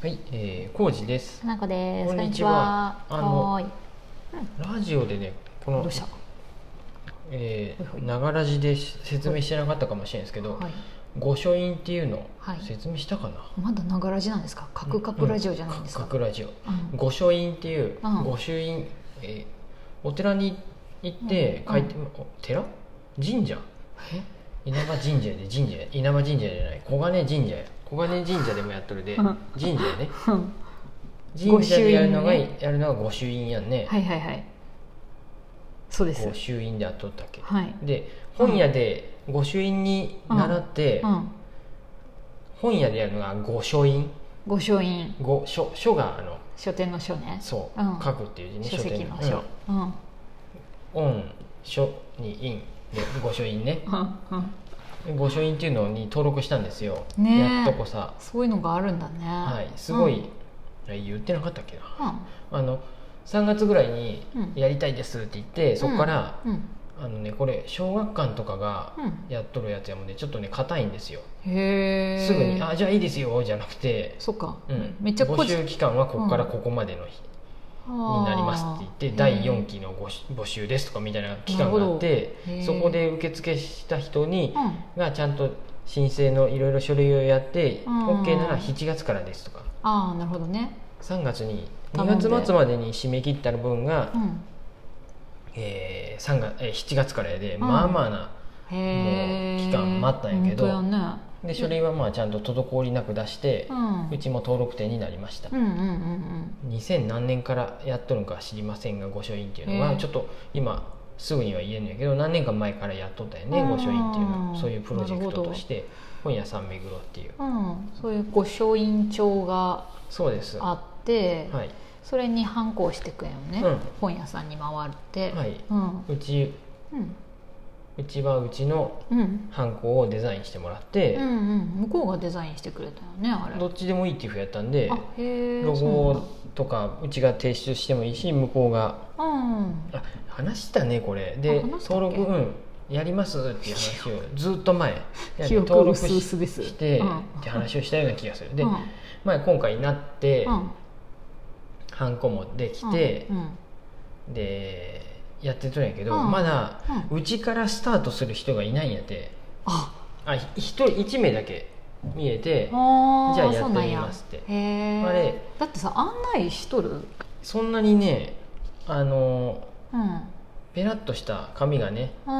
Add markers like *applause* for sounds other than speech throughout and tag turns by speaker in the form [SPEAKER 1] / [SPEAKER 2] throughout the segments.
[SPEAKER 1] はい、えー、康二です。
[SPEAKER 2] かなこです。
[SPEAKER 1] こんにちは
[SPEAKER 2] こん
[SPEAKER 1] あ
[SPEAKER 2] にちは
[SPEAKER 1] の
[SPEAKER 2] はーい。
[SPEAKER 1] ラジオでね、こ
[SPEAKER 2] ど
[SPEAKER 1] の
[SPEAKER 2] うした。
[SPEAKER 1] え
[SPEAKER 2] ほいほ
[SPEAKER 1] ー
[SPEAKER 2] い
[SPEAKER 1] ながらじでし説明してなかったかもしれないですけど、
[SPEAKER 2] はい。
[SPEAKER 1] 御書院っていうのを
[SPEAKER 2] はい
[SPEAKER 1] 説明したかな。
[SPEAKER 2] まだながらじなんですか。カクカクラジオじゃないんですか。
[SPEAKER 1] うん各々ラジオ。
[SPEAKER 2] うん
[SPEAKER 1] 御書院っていう
[SPEAKER 2] うん
[SPEAKER 1] 御朱印、えーお寺に行って書いて、お寺？神社？稲葉神社で神社稲葉神社じゃない小金神社や小金神社でもやっとるで
[SPEAKER 2] う
[SPEAKER 1] 神
[SPEAKER 2] ん
[SPEAKER 1] 社やね
[SPEAKER 2] うん
[SPEAKER 1] 神社でやるのが
[SPEAKER 2] 御朱印
[SPEAKER 1] やるのが御朱印やんね
[SPEAKER 2] はいはいはい。そうです
[SPEAKER 1] 御。朱印でやっとったっけ
[SPEAKER 2] はい。
[SPEAKER 1] で本屋で御朱印に習って、
[SPEAKER 2] うん。
[SPEAKER 1] 本屋でやるのが御書印
[SPEAKER 2] 御書院
[SPEAKER 1] 御書書があの
[SPEAKER 2] 書店の書ね。
[SPEAKER 1] そう、
[SPEAKER 2] うん
[SPEAKER 1] 書くっていう字ね
[SPEAKER 2] 書籍の
[SPEAKER 1] 書
[SPEAKER 2] 書。うん。うん
[SPEAKER 1] うん、御書に印で御書印ね
[SPEAKER 2] うん。
[SPEAKER 1] 御書印っていうのに登録したんですよ、
[SPEAKER 2] ねえ
[SPEAKER 1] やっとこさ
[SPEAKER 2] そういうのがあるんだね。
[SPEAKER 1] はいすごい、
[SPEAKER 2] うん。
[SPEAKER 1] あ言ってなかったっけな
[SPEAKER 2] う
[SPEAKER 1] あの3月ぐらいに
[SPEAKER 2] うん
[SPEAKER 1] 「やりたいです」って言って、
[SPEAKER 2] ん
[SPEAKER 1] そこから、
[SPEAKER 2] うん。
[SPEAKER 1] あのねこれ小学館とかが
[SPEAKER 2] うん
[SPEAKER 1] やっとるやつやもんでちょっとね硬いんですよ、
[SPEAKER 2] へえ。
[SPEAKER 1] すぐに「あ。じゃあいいですよ」じゃなくて
[SPEAKER 2] そっか。
[SPEAKER 1] うん
[SPEAKER 2] めっちゃ
[SPEAKER 1] 募
[SPEAKER 2] 個人
[SPEAKER 1] 集期間はここからここまでの日になりますって言って、第4。期のごし募集ですとかみたいな期間があって
[SPEAKER 2] なるほどへー
[SPEAKER 1] そこで受付した人に
[SPEAKER 2] あーうん。
[SPEAKER 1] がちゃんと申請のいろいろ書類をやって、
[SPEAKER 2] うん
[SPEAKER 1] OK なら7月からですとか
[SPEAKER 2] ああなるほどね。
[SPEAKER 1] 3月に
[SPEAKER 2] 頼んで
[SPEAKER 1] 2月末までに締め切った分が
[SPEAKER 2] う、ん。
[SPEAKER 1] えー3月えー7月からやで、
[SPEAKER 2] ん
[SPEAKER 1] まあまあな
[SPEAKER 2] へ
[SPEAKER 1] も
[SPEAKER 2] え
[SPEAKER 1] う期間待ったんやけど
[SPEAKER 2] 本当やね
[SPEAKER 1] で書類はまあちゃんと滞りなく出して
[SPEAKER 2] う、ん、
[SPEAKER 1] うちも登録店になりました
[SPEAKER 2] う、んうんうん
[SPEAKER 1] 2000何年からやっとるんか知りませんが御書院っていうの
[SPEAKER 2] へ
[SPEAKER 1] は
[SPEAKER 2] え
[SPEAKER 1] ちょっと今すぐには言えんのやけど何年か前からやっとったよね
[SPEAKER 2] うん
[SPEAKER 1] 御書院っていうのはそういうプロジェ
[SPEAKER 2] な
[SPEAKER 1] ク
[SPEAKER 2] る
[SPEAKER 1] ト
[SPEAKER 2] ほど
[SPEAKER 1] として本屋さん巡ろうっていう
[SPEAKER 2] うんうんそういう御書院帳が
[SPEAKER 1] そうですは
[SPEAKER 2] あって、
[SPEAKER 1] い、
[SPEAKER 2] それに反抗してくんよね、
[SPEAKER 1] うん
[SPEAKER 2] 本屋さんに回って、
[SPEAKER 1] はい、
[SPEAKER 2] うん
[SPEAKER 1] うち
[SPEAKER 2] うん
[SPEAKER 1] うちはうちの
[SPEAKER 2] うん
[SPEAKER 1] ハンコをデザインしてもらって、
[SPEAKER 2] うんうん向こうがデザインしてくれたよねあれ
[SPEAKER 1] どっちでもいいっていうふうやったんで
[SPEAKER 2] あへえ
[SPEAKER 1] ロ
[SPEAKER 2] そう
[SPEAKER 1] ゴとかうちが提出してもいいし向こうが
[SPEAKER 2] なんだ
[SPEAKER 1] あ話したねこれで
[SPEAKER 2] あ話したっ
[SPEAKER 1] 登
[SPEAKER 2] け
[SPEAKER 1] 録うんやりますっていう話をずっと前
[SPEAKER 2] うん *laughs* 記
[SPEAKER 1] 登
[SPEAKER 2] 憶
[SPEAKER 1] 録
[SPEAKER 2] 薄
[SPEAKER 1] し
[SPEAKER 2] 々です
[SPEAKER 1] して、
[SPEAKER 2] うん
[SPEAKER 1] って話をしたような気がするで、
[SPEAKER 2] うん
[SPEAKER 1] まあ、今回になって、
[SPEAKER 2] うん
[SPEAKER 1] ハンコもできて
[SPEAKER 2] う、ん
[SPEAKER 1] でやってとるんやけど、
[SPEAKER 2] うん
[SPEAKER 1] まだ
[SPEAKER 2] うん
[SPEAKER 1] うちからスタートする人がいないんやて
[SPEAKER 2] あ
[SPEAKER 1] あひ一人一名だけ見えて
[SPEAKER 2] あー
[SPEAKER 1] じゃあや
[SPEAKER 2] そ
[SPEAKER 1] っ
[SPEAKER 2] う
[SPEAKER 1] て
[SPEAKER 2] なん
[SPEAKER 1] み
[SPEAKER 2] や
[SPEAKER 1] ますって
[SPEAKER 2] へえ
[SPEAKER 1] あれ
[SPEAKER 2] だってさ案内しとる
[SPEAKER 1] そんなにねあの
[SPEAKER 2] うん
[SPEAKER 1] ペラッとした紙がね、ま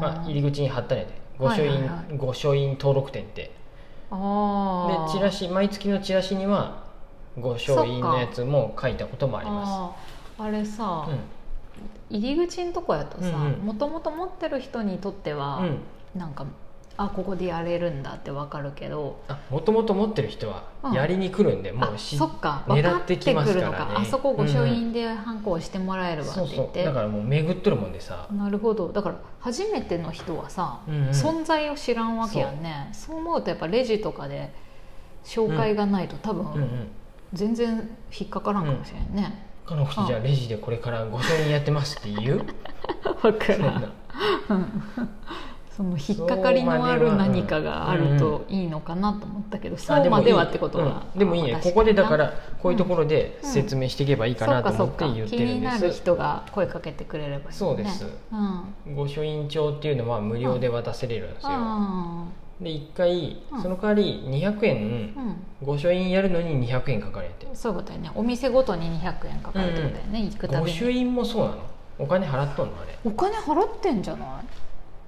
[SPEAKER 2] ま
[SPEAKER 1] あ、入り口に貼ったんやで御
[SPEAKER 2] はい
[SPEAKER 1] 書
[SPEAKER 2] はい
[SPEAKER 1] 印
[SPEAKER 2] はい
[SPEAKER 1] 御書印登録店ってで
[SPEAKER 2] あー
[SPEAKER 1] チラシ毎月のチラシには御書印のやつも書いたこともありま
[SPEAKER 2] あーあれさ
[SPEAKER 1] す、
[SPEAKER 2] 入り口のとこやとさ
[SPEAKER 1] うんうん
[SPEAKER 2] もともと持ってる人にとっては、
[SPEAKER 1] うん、うん、
[SPEAKER 2] なんかあここでやれるんだってわかるけど
[SPEAKER 1] あもともと持ってる人は
[SPEAKER 2] うん
[SPEAKER 1] やりに来るんで、も
[SPEAKER 2] あ
[SPEAKER 1] うし
[SPEAKER 2] そっか分
[SPEAKER 1] 狙
[SPEAKER 2] か
[SPEAKER 1] っ
[SPEAKER 2] ってて
[SPEAKER 1] き
[SPEAKER 2] く
[SPEAKER 1] ますか
[SPEAKER 2] る
[SPEAKER 1] ら
[SPEAKER 2] の
[SPEAKER 1] ね
[SPEAKER 2] かあそこ御書
[SPEAKER 1] うん
[SPEAKER 2] 印で反抗してもらえるわ
[SPEAKER 1] そう
[SPEAKER 2] って言
[SPEAKER 1] そ
[SPEAKER 2] っ
[SPEAKER 1] う
[SPEAKER 2] て、
[SPEAKER 1] だからもう巡っとるもんでさ、
[SPEAKER 2] なるほどだから初めての人はさ、
[SPEAKER 1] うんうん
[SPEAKER 2] 存在を知らんわけやんねそう思うとやっぱレジとかで紹介がないと多
[SPEAKER 1] うんう
[SPEAKER 2] 分
[SPEAKER 1] ん、
[SPEAKER 2] 全然引っかからんかもしれんね、
[SPEAKER 1] 彼女じゃあレジでこれから御書印やってますって言
[SPEAKER 2] *laughs*
[SPEAKER 1] う
[SPEAKER 2] わか
[SPEAKER 1] そん
[SPEAKER 2] らん *laughs*
[SPEAKER 1] な
[SPEAKER 2] その引っかかりのある何かがあるといいのかなと思ったけどそうまではってことが
[SPEAKER 1] うんでもいいね
[SPEAKER 2] あ
[SPEAKER 1] ここでだか
[SPEAKER 2] 確
[SPEAKER 1] らこういうところで説明していけばいいか
[SPEAKER 2] にな
[SPEAKER 1] なと
[SPEAKER 2] そ
[SPEAKER 1] 思
[SPEAKER 2] っ
[SPEAKER 1] っ
[SPEAKER 2] か
[SPEAKER 1] て
[SPEAKER 2] そっ
[SPEAKER 1] 言
[SPEAKER 2] か
[SPEAKER 1] っ
[SPEAKER 2] 気
[SPEAKER 1] てる
[SPEAKER 2] に
[SPEAKER 1] んで
[SPEAKER 2] な
[SPEAKER 1] す
[SPEAKER 2] る人が声かけてくれればいい、ね、
[SPEAKER 1] そうです
[SPEAKER 2] うんうん
[SPEAKER 1] 御書印帳っていうのは無料で渡せれるんですよで1回
[SPEAKER 2] うん
[SPEAKER 1] その代わり200
[SPEAKER 2] う
[SPEAKER 1] 円
[SPEAKER 2] ん
[SPEAKER 1] 御書印やるのに200円かかるんやって
[SPEAKER 2] そういうことやねお店ごとに200円かかるってことやね、行くた
[SPEAKER 1] 御
[SPEAKER 2] び
[SPEAKER 1] 朱
[SPEAKER 2] に
[SPEAKER 1] 印もそうなのお金払っとんのあれ
[SPEAKER 2] お金払ってんじゃない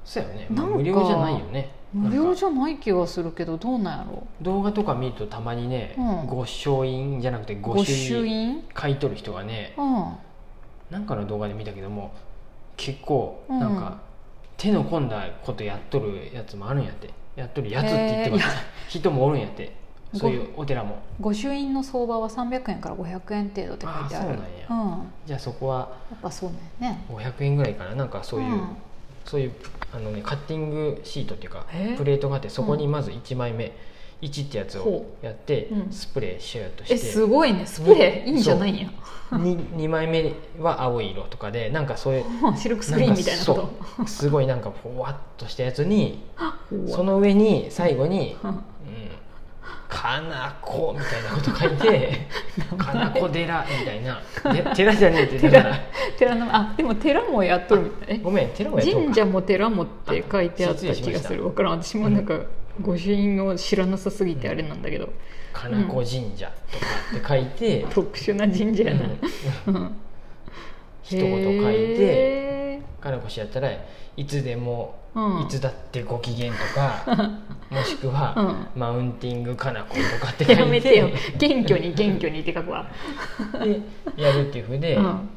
[SPEAKER 1] そうやよね、まあ
[SPEAKER 2] なんか
[SPEAKER 1] 無料じゃないよね
[SPEAKER 2] 無料
[SPEAKER 1] なんか
[SPEAKER 2] じゃない気がするけどどうなんやろ
[SPEAKER 1] 動画とか見るとたまにね、
[SPEAKER 2] うん
[SPEAKER 1] 御書印じゃなくて
[SPEAKER 2] う
[SPEAKER 1] 御
[SPEAKER 2] 御
[SPEAKER 1] 朱
[SPEAKER 2] 朱
[SPEAKER 1] 印
[SPEAKER 2] 印
[SPEAKER 1] 書いとる人がね
[SPEAKER 2] うん
[SPEAKER 1] なんかの動画で見たけども結構
[SPEAKER 2] うん
[SPEAKER 1] なんか、手の込んだことやっとるやつもあるんやってやっとるやつって言ってます人もおるんやって
[SPEAKER 2] ご
[SPEAKER 1] そういうお寺も
[SPEAKER 2] 御朱印の相場は300円から500円程度って書いて
[SPEAKER 1] あーそ
[SPEAKER 2] ある
[SPEAKER 1] うな
[SPEAKER 2] うん
[SPEAKER 1] じゃあそこは
[SPEAKER 2] やっぱそうだよね
[SPEAKER 1] 500円ぐらいかななんかそういう、
[SPEAKER 2] ん
[SPEAKER 1] そういうあの、ね、カッティングシートっていうか
[SPEAKER 2] え
[SPEAKER 1] プレートがあってそこにまず1枚目、1ってやつを
[SPEAKER 2] ほ
[SPEAKER 1] やって、
[SPEAKER 2] うん
[SPEAKER 1] スプレーしようと
[SPEAKER 2] え
[SPEAKER 1] して
[SPEAKER 2] すごいねスプレ
[SPEAKER 1] うん
[SPEAKER 2] ーいいんじゃないんや
[SPEAKER 1] 2, 枚目は青い色とかでなんかそういう
[SPEAKER 2] シ *laughs* ルクスクリーンみたいなこと
[SPEAKER 1] んかそうすごいなんかふわっとしたやつに
[SPEAKER 2] うわ
[SPEAKER 1] その上に最後に、
[SPEAKER 2] うん
[SPEAKER 1] うんかなこみたいなこと書い
[SPEAKER 2] *laughs*
[SPEAKER 1] てかなこ寺みたいなで寺じゃねえってだから
[SPEAKER 2] 寺のあでも寺もやっとるみたい
[SPEAKER 1] ごめん寺も
[SPEAKER 2] え
[SPEAKER 1] やっと
[SPEAKER 2] 神
[SPEAKER 1] るか
[SPEAKER 2] 社も寺もって書いてあった気がするわからん私もなんか御朱印を知らなさすぎてあれなんだけど、
[SPEAKER 1] かなこ神社とかって書いて、
[SPEAKER 2] 特殊な神社やな、
[SPEAKER 1] うん
[SPEAKER 2] うん、
[SPEAKER 1] 一言書いて
[SPEAKER 2] へ
[SPEAKER 1] かなこ氏やったらいつでも、
[SPEAKER 2] うん
[SPEAKER 1] いつだってご機嫌と
[SPEAKER 2] *laughs*
[SPEAKER 1] かもしくは、マウンティングかなことかって
[SPEAKER 2] ー
[SPEAKER 1] 書
[SPEAKER 2] やめ
[SPEAKER 1] い
[SPEAKER 2] て
[SPEAKER 1] て
[SPEAKER 2] よ謙虚に謙虚にって書くわ、
[SPEAKER 1] でやるっていうふうで、
[SPEAKER 2] うん、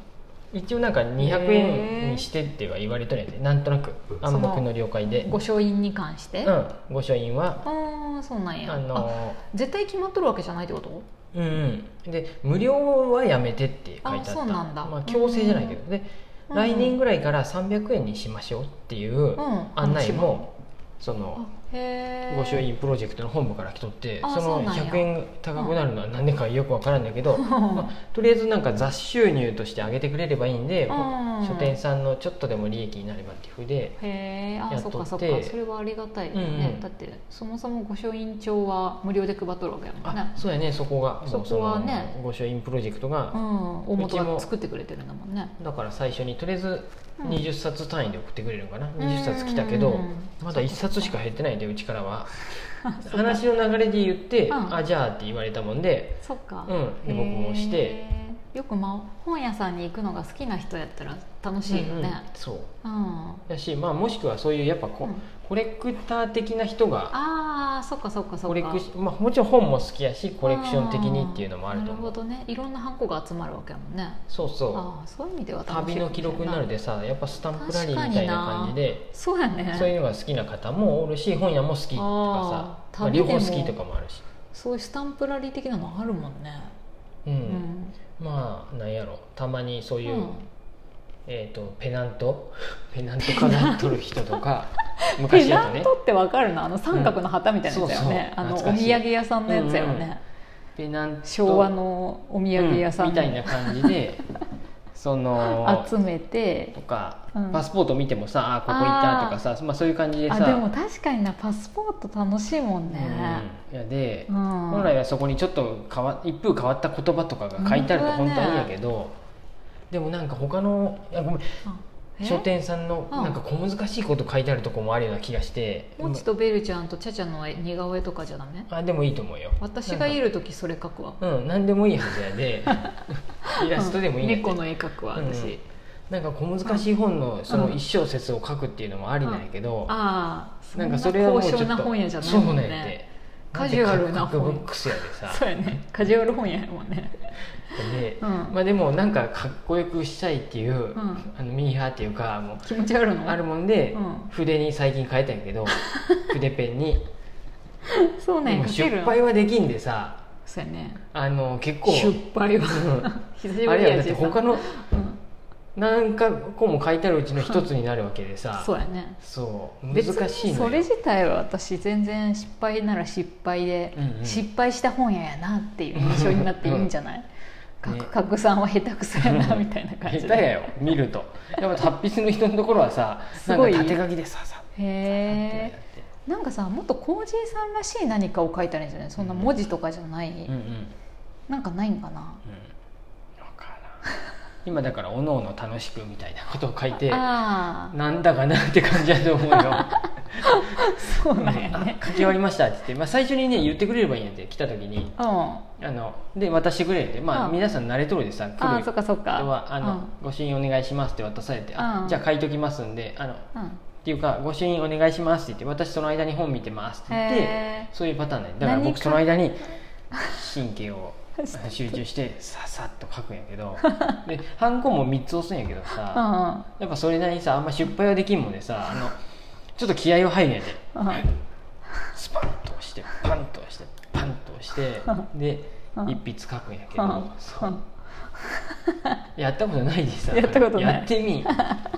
[SPEAKER 1] 一応なんか200円にしてっては言われとるんやでなんとなく暗黙の了解で
[SPEAKER 2] 御書印に関して、
[SPEAKER 1] う
[SPEAKER 2] あ
[SPEAKER 1] ん、御書印は
[SPEAKER 2] あそうなんや
[SPEAKER 1] あの
[SPEAKER 2] 絶対決まっとるわけじゃないってこと
[SPEAKER 1] うんうんで無料はやめてって書いてあった
[SPEAKER 2] あそうなんだ
[SPEAKER 1] まあ、強制じゃないけどで
[SPEAKER 2] うん
[SPEAKER 1] 来年ぐらいから300円にしましょうっていう
[SPEAKER 2] うん
[SPEAKER 1] 案内もその
[SPEAKER 2] あへえ
[SPEAKER 1] 御朱印プロジェクトの本部から来とって
[SPEAKER 2] あ
[SPEAKER 1] そ
[SPEAKER 2] そ
[SPEAKER 1] の
[SPEAKER 2] うなんや
[SPEAKER 1] 100円高くなるのは何でかよくわからんだけど、まあ、とりあえずなんか雑収入として上げてくれればいいんで、
[SPEAKER 2] うん
[SPEAKER 1] 書店さんのちょっとでも利益になればっていうふうで
[SPEAKER 2] *laughs* へえ
[SPEAKER 1] や
[SPEAKER 2] あ
[SPEAKER 1] っとっ
[SPEAKER 2] そってかそっかそれはありがたいよね、
[SPEAKER 1] うんうん
[SPEAKER 2] だってそもそも御書印帳は無料で配っとるわけやもん
[SPEAKER 1] あ
[SPEAKER 2] ね
[SPEAKER 1] そうやねそこがもう
[SPEAKER 2] そこはね
[SPEAKER 1] その御朱印プロジェクト
[SPEAKER 2] う
[SPEAKER 1] が、
[SPEAKER 2] ん大
[SPEAKER 1] うち
[SPEAKER 2] 元
[SPEAKER 1] も
[SPEAKER 2] が作ってくれてるんだもんね
[SPEAKER 1] だから最初にとりあえず
[SPEAKER 2] うん
[SPEAKER 1] 20冊単位で送ってくれるのかな、
[SPEAKER 2] ん
[SPEAKER 1] 20冊来たけど、
[SPEAKER 2] うん
[SPEAKER 1] まだ1冊しか減ってないんでうちからは
[SPEAKER 2] *laughs* そうか
[SPEAKER 1] 話の流れで言って「
[SPEAKER 2] うん
[SPEAKER 1] あじゃあ」って言われたもんで
[SPEAKER 2] そっか
[SPEAKER 1] うんで
[SPEAKER 2] へえ
[SPEAKER 1] 僕もして
[SPEAKER 2] よく、まあ、本屋さんに行くのが好きな人やったら楽しい
[SPEAKER 1] う
[SPEAKER 2] よ
[SPEAKER 1] んうん
[SPEAKER 2] ね
[SPEAKER 1] そう
[SPEAKER 2] うん、
[SPEAKER 1] だし、まあ、もしくはそういうやっぱこ、
[SPEAKER 2] うん
[SPEAKER 1] コレクター的な人が
[SPEAKER 2] ああそっかそっかそっか
[SPEAKER 1] コレクシ、まあ、もちろん本も好きやしコレクション的にっていうのもあると
[SPEAKER 2] なるほ
[SPEAKER 1] 思う
[SPEAKER 2] どねいろんなハンコが集まるわけやもんね
[SPEAKER 1] そうそ
[SPEAKER 2] ああそういう意味では
[SPEAKER 1] う
[SPEAKER 2] 楽し
[SPEAKER 1] 旅
[SPEAKER 2] いか
[SPEAKER 1] の
[SPEAKER 2] もし
[SPEAKER 1] 記
[SPEAKER 2] れい
[SPEAKER 1] 録になるでさやっぱスタンプラリーみたいな感じで
[SPEAKER 2] そうやね
[SPEAKER 1] そういうのが好きな方もおるし本屋も好きとかさ、
[SPEAKER 2] あー
[SPEAKER 1] まあ
[SPEAKER 2] 旅
[SPEAKER 1] 両
[SPEAKER 2] で
[SPEAKER 1] 方
[SPEAKER 2] も
[SPEAKER 1] 好きとかもあるし、
[SPEAKER 2] そういうスタンプラリー的なのあるもんね、
[SPEAKER 1] うん
[SPEAKER 2] うん
[SPEAKER 1] まあなんやろたまにそういう、
[SPEAKER 2] うん
[SPEAKER 1] えー、とペナント *laughs* ペナント飾っとる人と
[SPEAKER 2] *laughs*
[SPEAKER 1] か
[SPEAKER 2] ペ
[SPEAKER 1] 昔や
[SPEAKER 2] ナ
[SPEAKER 1] と
[SPEAKER 2] ン
[SPEAKER 1] ね
[SPEAKER 2] トってわかるのあの三角の旗みたいなやつだよね、
[SPEAKER 1] うんそうそう
[SPEAKER 2] あの
[SPEAKER 1] 懐
[SPEAKER 2] お
[SPEAKER 1] かし
[SPEAKER 2] 土
[SPEAKER 1] い
[SPEAKER 2] 産屋さんのやつやよ
[SPEAKER 1] うんうん
[SPEAKER 2] ね、
[SPEAKER 1] ペナント
[SPEAKER 2] 昭和のお土産屋さん、
[SPEAKER 1] うんみたいな感じでその
[SPEAKER 2] 集めて
[SPEAKER 1] とか、
[SPEAKER 2] うん
[SPEAKER 1] パスポート見てもさあここ行ったとかさまあ、そういう感じでさ
[SPEAKER 2] あでも確かになパスポート楽しいもんね、
[SPEAKER 1] うん、いやで、
[SPEAKER 2] うん
[SPEAKER 1] 本来はそこにちょっと変わ一風変わった言葉とかが書いてあると本
[SPEAKER 2] 本当
[SPEAKER 1] 当
[SPEAKER 2] だね
[SPEAKER 1] はいいんやけど、でもなんか他のいやごめん
[SPEAKER 2] あえ
[SPEAKER 1] 書店さんの
[SPEAKER 2] うん
[SPEAKER 1] なんか小難しいこと書いてあるとこもあるような気がして、
[SPEAKER 2] もちとベルちゃんとちゃちゃの似顔絵とかじゃダメ
[SPEAKER 1] あでもいいと思うよ
[SPEAKER 2] 私がい
[SPEAKER 1] る
[SPEAKER 2] る時それ描くわ
[SPEAKER 1] うん何でもいいはずや
[SPEAKER 2] *laughs*
[SPEAKER 1] でイラストでもいいんやって
[SPEAKER 2] 猫の絵描くわ私、
[SPEAKER 1] うんなんか小難しい本のそうの
[SPEAKER 2] ん
[SPEAKER 1] 一小節を書くっていうのもありなんやけど、
[SPEAKER 2] ああ
[SPEAKER 1] なんかそれはもうちょっ
[SPEAKER 2] 高
[SPEAKER 1] と
[SPEAKER 2] 尚な本屋じゃない
[SPEAKER 1] そう
[SPEAKER 2] も
[SPEAKER 1] ね
[SPEAKER 2] ん
[SPEAKER 1] ん
[SPEAKER 2] ね
[SPEAKER 1] て
[SPEAKER 2] カジュアルな
[SPEAKER 1] 本
[SPEAKER 2] 本
[SPEAKER 1] ブックスやでさ
[SPEAKER 2] *laughs* そうやねカジュアル本屋やもんね
[SPEAKER 1] で、
[SPEAKER 2] うん
[SPEAKER 1] まあでもなんかかっこよくしたいっていう、
[SPEAKER 2] ん
[SPEAKER 1] あのミーハーっていうかもう
[SPEAKER 2] 気持ち悪いの
[SPEAKER 1] あるもんで、
[SPEAKER 2] うん
[SPEAKER 1] 筆に最近変えたんやけ
[SPEAKER 2] *laughs*
[SPEAKER 1] ど筆ペンに、
[SPEAKER 2] そう
[SPEAKER 1] で
[SPEAKER 2] ね
[SPEAKER 1] も
[SPEAKER 2] 書け
[SPEAKER 1] 失
[SPEAKER 2] る
[SPEAKER 1] 敗はできんでさ
[SPEAKER 2] そうやね
[SPEAKER 1] あの結構
[SPEAKER 2] 失敗
[SPEAKER 1] *laughs* う
[SPEAKER 2] は *laughs*
[SPEAKER 1] ん
[SPEAKER 2] 久しぶりや
[SPEAKER 1] あれやだっ
[SPEAKER 2] じ
[SPEAKER 1] て
[SPEAKER 2] いさん
[SPEAKER 1] 他の
[SPEAKER 2] うん
[SPEAKER 1] 何か個も書いてあるうちの一つになるわけでさ、
[SPEAKER 2] そうやね
[SPEAKER 1] そう難し
[SPEAKER 2] 別
[SPEAKER 1] い
[SPEAKER 2] に
[SPEAKER 1] の
[SPEAKER 2] そ
[SPEAKER 1] よ
[SPEAKER 2] れ自体は私全然失敗なら失敗で、
[SPEAKER 1] うんうん
[SPEAKER 2] 失敗した本屋やなっていう印象になっていいんじゃない
[SPEAKER 1] うん
[SPEAKER 2] 角、
[SPEAKER 1] ね
[SPEAKER 2] 角さんは下手くそやなみたいな感じ
[SPEAKER 1] 下
[SPEAKER 2] で
[SPEAKER 1] 手やよ見るとやっぱ達筆の人のところはさ
[SPEAKER 2] す
[SPEAKER 1] なんか
[SPEAKER 2] ごい
[SPEAKER 1] 縦書きでささ
[SPEAKER 2] へえ
[SPEAKER 1] って
[SPEAKER 2] なんかさもっとコージーさんらしい何かを書いたらいいんじゃないそんな文字とかじゃな
[SPEAKER 1] う
[SPEAKER 2] い、
[SPEAKER 1] んうんうん
[SPEAKER 2] なんかないんかな
[SPEAKER 1] 分からん今だからおのおの楽しくみたいなことを書いて
[SPEAKER 2] あ
[SPEAKER 1] なんだかなって感じだと思う
[SPEAKER 2] *laughs*
[SPEAKER 1] よ
[SPEAKER 2] あそうなんやね
[SPEAKER 1] あ書き終わりましたって言って、まあ、最初にね言ってくれればいいんやって来た時に
[SPEAKER 2] うんあ
[SPEAKER 1] あので渡してくれるって、まあ、
[SPEAKER 2] うん
[SPEAKER 1] 皆さん慣れとるでさ来
[SPEAKER 2] あ
[SPEAKER 1] る人
[SPEAKER 2] そっかそっか
[SPEAKER 1] はあの、ご朱印お願いしますって渡されて、あ
[SPEAKER 2] うん
[SPEAKER 1] じゃあ書いときますんであの
[SPEAKER 2] うんうん
[SPEAKER 1] っていうか「ご朱印お願いします」って言って「私その間に本見てます」って言って
[SPEAKER 2] へ
[SPEAKER 1] そういうパターンねだから
[SPEAKER 2] 何
[SPEAKER 1] 僕
[SPEAKER 2] か
[SPEAKER 1] その間に神経
[SPEAKER 2] *laughs*
[SPEAKER 1] を集中してささっと書くんやけどでハンコも3つ押すんやけど
[SPEAKER 2] う
[SPEAKER 1] さ
[SPEAKER 2] ん
[SPEAKER 1] やっぱそれなりにさあんま失敗はできんもんでさあのちょっと気合は入るんやで
[SPEAKER 2] うん
[SPEAKER 1] スパンと押してパンと押してパンと押
[SPEAKER 2] *laughs*
[SPEAKER 1] してで
[SPEAKER 2] うん
[SPEAKER 1] 一筆書くんやけ
[SPEAKER 2] う
[SPEAKER 1] ど
[SPEAKER 2] ん
[SPEAKER 1] そうやったことないでさ
[SPEAKER 2] やったことない
[SPEAKER 1] やって
[SPEAKER 2] *laughs*
[SPEAKER 1] み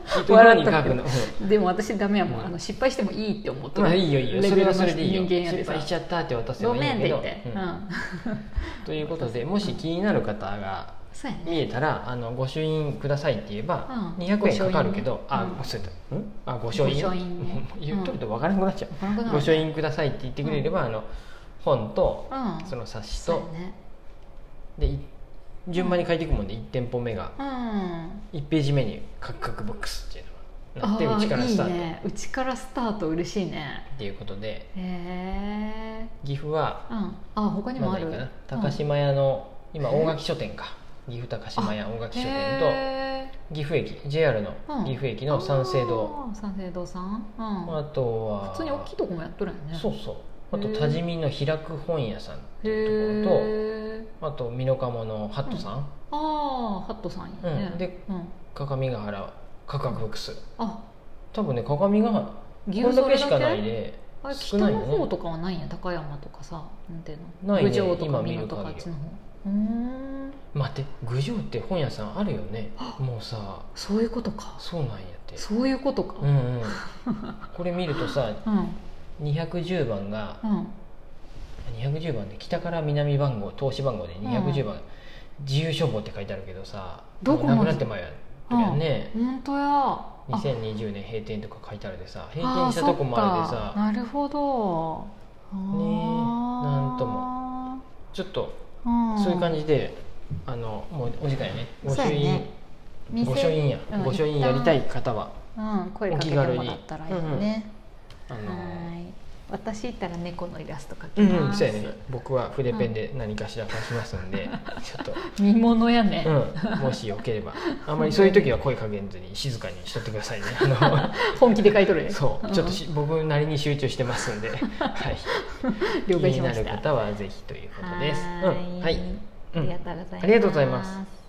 [SPEAKER 1] 人のに書くの。
[SPEAKER 2] うんでも私ダメやもん、
[SPEAKER 1] うん
[SPEAKER 2] あの失敗してもいいって思ってる
[SPEAKER 1] まあいいよいいよ
[SPEAKER 2] レ
[SPEAKER 1] そ
[SPEAKER 2] ベ
[SPEAKER 1] れ
[SPEAKER 2] ルの
[SPEAKER 1] はそれでいいよ
[SPEAKER 2] 人間やで
[SPEAKER 1] 失
[SPEAKER 2] さ
[SPEAKER 1] 敗しちゃったって渡せ
[SPEAKER 2] ご
[SPEAKER 1] ばいいん
[SPEAKER 2] めん
[SPEAKER 1] や
[SPEAKER 2] って
[SPEAKER 1] け
[SPEAKER 2] 言
[SPEAKER 1] ど
[SPEAKER 2] って、うん
[SPEAKER 1] うんということでもし気になる方が
[SPEAKER 2] そうやね
[SPEAKER 1] 見えたら「あのご朱印ください」って言えば
[SPEAKER 2] うん
[SPEAKER 1] 200円かかるけど、
[SPEAKER 2] ご朱印
[SPEAKER 1] あ
[SPEAKER 2] ね
[SPEAKER 1] ごそうやったんあご朱印
[SPEAKER 2] ご朱印ね
[SPEAKER 1] *laughs* 言っとると分からなくなっちゃう、
[SPEAKER 2] わからなくなる
[SPEAKER 1] ご朱印くださいって言ってくれれば、あの本と
[SPEAKER 2] うん
[SPEAKER 1] その冊子
[SPEAKER 2] そう
[SPEAKER 1] と
[SPEAKER 2] やね
[SPEAKER 1] でい順番に書いていくもんで1店舗目が
[SPEAKER 2] うん
[SPEAKER 1] 1ページ目に「カクカクボックス」っていうのがなって
[SPEAKER 2] あ
[SPEAKER 1] う
[SPEAKER 2] あ
[SPEAKER 1] ちからスタート
[SPEAKER 2] いい
[SPEAKER 1] っ
[SPEAKER 2] ねうちからスタート嬉しいね
[SPEAKER 1] ていうことで
[SPEAKER 2] へえ
[SPEAKER 1] 岐阜は
[SPEAKER 2] うんあ他にも
[SPEAKER 1] ま
[SPEAKER 2] あ
[SPEAKER 1] だいい
[SPEAKER 2] る
[SPEAKER 1] かな高島屋の今大垣書店か岐阜高島屋大垣書店と
[SPEAKER 2] 店
[SPEAKER 1] 岐阜駅 JR の
[SPEAKER 2] うん
[SPEAKER 1] 岐阜駅の三省堂
[SPEAKER 2] 三省堂さんうん
[SPEAKER 1] あとは
[SPEAKER 2] 普通に大きいとこもやっとるよね
[SPEAKER 1] そううそうあと多治見の開く本屋さんっていうところ
[SPEAKER 2] へえ
[SPEAKER 1] とあと美濃加茂のハットさん
[SPEAKER 2] ああハットさんやね
[SPEAKER 1] うんで
[SPEAKER 2] うん
[SPEAKER 1] 鏡ヶ原価格ボックス
[SPEAKER 2] あ
[SPEAKER 1] 多分ね鏡ヶ原
[SPEAKER 2] 牛
[SPEAKER 1] こんだ
[SPEAKER 2] そ
[SPEAKER 1] け
[SPEAKER 2] れ
[SPEAKER 1] しかないで
[SPEAKER 2] あれ
[SPEAKER 1] 少
[SPEAKER 2] 北
[SPEAKER 1] ないよ
[SPEAKER 2] の
[SPEAKER 1] ね
[SPEAKER 2] 方とかはないんや高山とかさなんていうの
[SPEAKER 1] ないね
[SPEAKER 2] 郡上と
[SPEAKER 1] 今
[SPEAKER 2] か
[SPEAKER 1] 見
[SPEAKER 2] 美
[SPEAKER 1] る
[SPEAKER 2] 濃とかあ
[SPEAKER 1] 限
[SPEAKER 2] っ
[SPEAKER 1] り
[SPEAKER 2] ちの方うーん
[SPEAKER 1] 待って郡上って本屋さんあるよね
[SPEAKER 2] あ
[SPEAKER 1] もうさ
[SPEAKER 2] そういうことか
[SPEAKER 1] そうなんやって
[SPEAKER 2] そういうこと
[SPEAKER 1] う
[SPEAKER 2] か
[SPEAKER 1] んうんこれ見るとさ
[SPEAKER 2] うんうん
[SPEAKER 1] 210番が210番で北から南番号投資番号で210番、自由消防って書いてあるけどさ
[SPEAKER 2] どこまで
[SPEAKER 1] もうなくなってまうやんやんね、
[SPEAKER 2] 本当やあ
[SPEAKER 1] 2020年閉店とか書いてあるでさ閉
[SPEAKER 2] あ
[SPEAKER 1] 店
[SPEAKER 2] ー
[SPEAKER 1] したとこもあるで
[SPEAKER 2] そっか
[SPEAKER 1] さ
[SPEAKER 2] なるほど
[SPEAKER 1] ねえなんと
[SPEAKER 2] も
[SPEAKER 1] ちょっと
[SPEAKER 2] そ
[SPEAKER 1] そういう感
[SPEAKER 2] じ
[SPEAKER 1] じで、あのもうお時間やねご書
[SPEAKER 2] そうや
[SPEAKER 1] 院、
[SPEAKER 2] ね
[SPEAKER 1] ご書院や、
[SPEAKER 2] うん
[SPEAKER 1] ご書院やりたい方は
[SPEAKER 2] うん声かけてもらったらいい
[SPEAKER 1] お気軽に
[SPEAKER 2] ね
[SPEAKER 1] あの
[SPEAKER 2] はい私いったら猫のイラスト描き
[SPEAKER 1] うんうん、
[SPEAKER 2] ます
[SPEAKER 1] そうやね僕は筆ペンで何かしら貸しますん
[SPEAKER 2] *laughs*
[SPEAKER 1] で、ちょっと
[SPEAKER 2] 見物やね
[SPEAKER 1] うん、もしよければあんまりそういう時は声かけずに静かにしとってくださいねあ
[SPEAKER 2] 本気で描いとる
[SPEAKER 1] の
[SPEAKER 2] ね
[SPEAKER 1] そうちょっとし僕なりに集中してますん
[SPEAKER 2] *laughs*
[SPEAKER 1] で、はい、気
[SPEAKER 2] 了解
[SPEAKER 1] に
[SPEAKER 2] しま
[SPEAKER 1] な
[SPEAKER 2] し
[SPEAKER 1] る
[SPEAKER 2] た
[SPEAKER 1] 方はぜひということです。
[SPEAKER 2] はー
[SPEAKER 1] うんはい
[SPEAKER 2] い、
[SPEAKER 1] うん
[SPEAKER 2] ありがとうございます
[SPEAKER 1] ありがとうございます